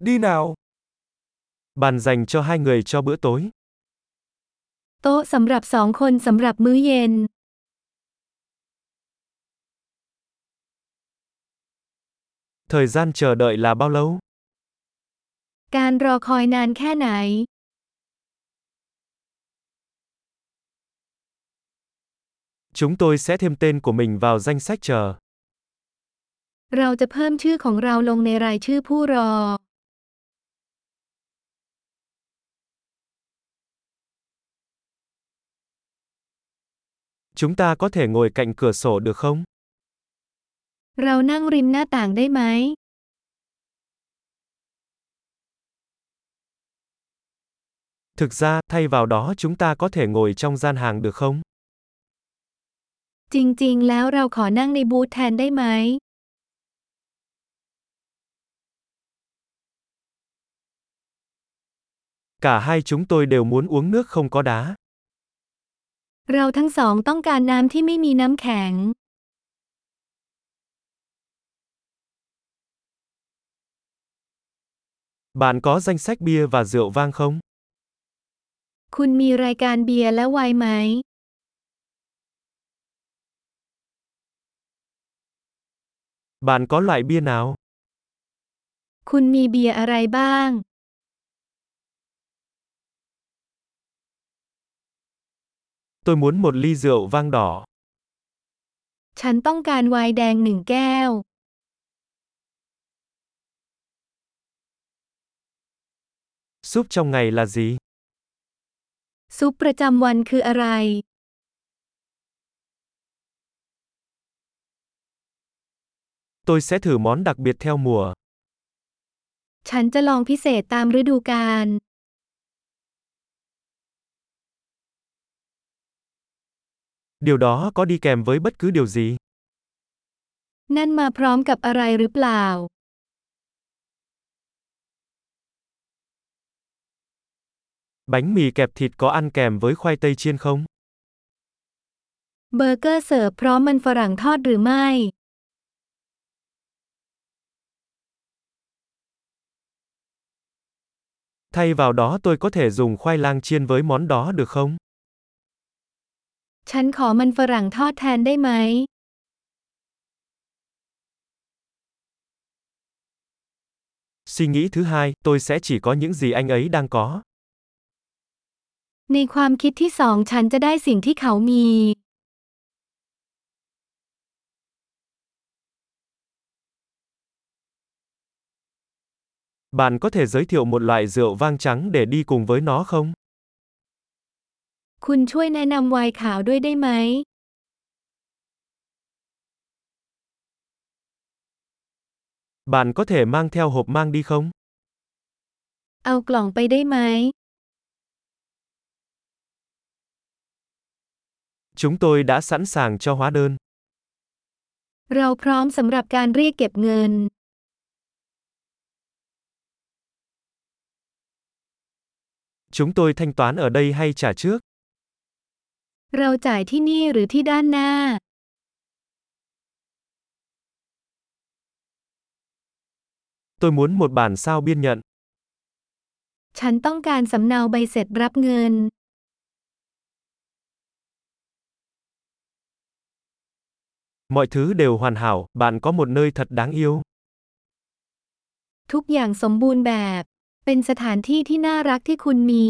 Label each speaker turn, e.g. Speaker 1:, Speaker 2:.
Speaker 1: đi nào. Bàn dành cho hai người cho bữa tối.
Speaker 2: โต๊ะสำหรับสองคนสำหรับมื้อเย็น
Speaker 1: Thời gian chờ đợi là bao lâu?
Speaker 2: การรอคอยนานแค่ไหน
Speaker 1: Chúng tôi sẽ thêm tên của mình vào danh sách chờ.
Speaker 2: เราจะเพิ่มชื่อของเราลงในรายชื่อผู้รอ
Speaker 1: Chúng ta có thể ngồi cạnh cửa sổ được không?
Speaker 2: เรานั่งริมหน้าต่างได้ไหม
Speaker 1: Thực ra, thay vào đó chúng ta có thể ngồi trong gian hàng được không?
Speaker 2: จริงๆ แล้วเราขอนั่งในบูธแทนได้ไหม
Speaker 1: Cả hai chúng tôi đều muốn uống nước không có đá.
Speaker 2: เราทั้งสองต้องการน้ำที่ไม่มีน้ำแข็ง
Speaker 1: Bạn có danh sách bia và rượu vang không?
Speaker 2: คุณมีรายการเบียร์และไวน์ไหม
Speaker 1: Bạn có loại bia nào?
Speaker 2: คุณมีเบียร์อะไรบ้าง
Speaker 1: Tôi muốn một ly rượu vang đỏ.
Speaker 2: ฉันต้องการไวน์แดงหนึ่งแก้ว
Speaker 1: Súp trong ngày là gì?
Speaker 2: ซุปประจำวันคืออะไร
Speaker 1: Tôi sẽ thử món đặc biệt theo mùa.
Speaker 2: ฉันจะลองพิเศษตามฤดูกาล
Speaker 1: Điều đó có đi kèm với bất cứ điều gì?
Speaker 2: นั่นมาพร้อมกับอะไรหรือเปล่า
Speaker 1: Bánh mì kẹp thịt có ăn kèm với khoai tây chiên không?
Speaker 2: เบอร์เกอร์เสิร์ฟพร้อมมันฝรั่งทอดหรือไม่
Speaker 1: Thay vào đó tôi có thể dùng khoai lang chiên với món đó được không?
Speaker 2: ฉันขอมันฝรั่งทอดแทนได้ไหม
Speaker 1: Suy nghĩ thứ hai, tôi sẽ chỉ có những gì anh ấy đang có.
Speaker 2: ในความคิดที่สองฉันจะได้สิ่งที่เขามี
Speaker 1: Bạn có thể giới thiệu một loại rượu vang trắng để đi cùng với nó không?
Speaker 2: คุณช่วยแนะนำไวน์ขาวด้วยได้ไหม
Speaker 1: Bạn có thể mang theo hộp mang đi không?
Speaker 2: เอากล่องไปได้ไหม
Speaker 1: Chúng tôi đã sẵn sàng cho hóa đơn.
Speaker 2: เราพร้อมสำหรับการเรียกเก็บเงิน
Speaker 1: Chúng tôi thanh toán ở đây hay trả trước?
Speaker 2: เราจ่ายที่นี่หรือที่ด้านหน้า
Speaker 1: Tôi muốn một bản sao biên nhận.
Speaker 2: ฉันต้องการสำเนาใบเสร็จรับเงิน
Speaker 1: Mọi thứ đều hoàn hảo, bạn có một nơi thật đáng yêu.
Speaker 2: ทุกอย่างสมบูรณ์แบบ เป็นสถานที่ที่น่ารักที่คุณมี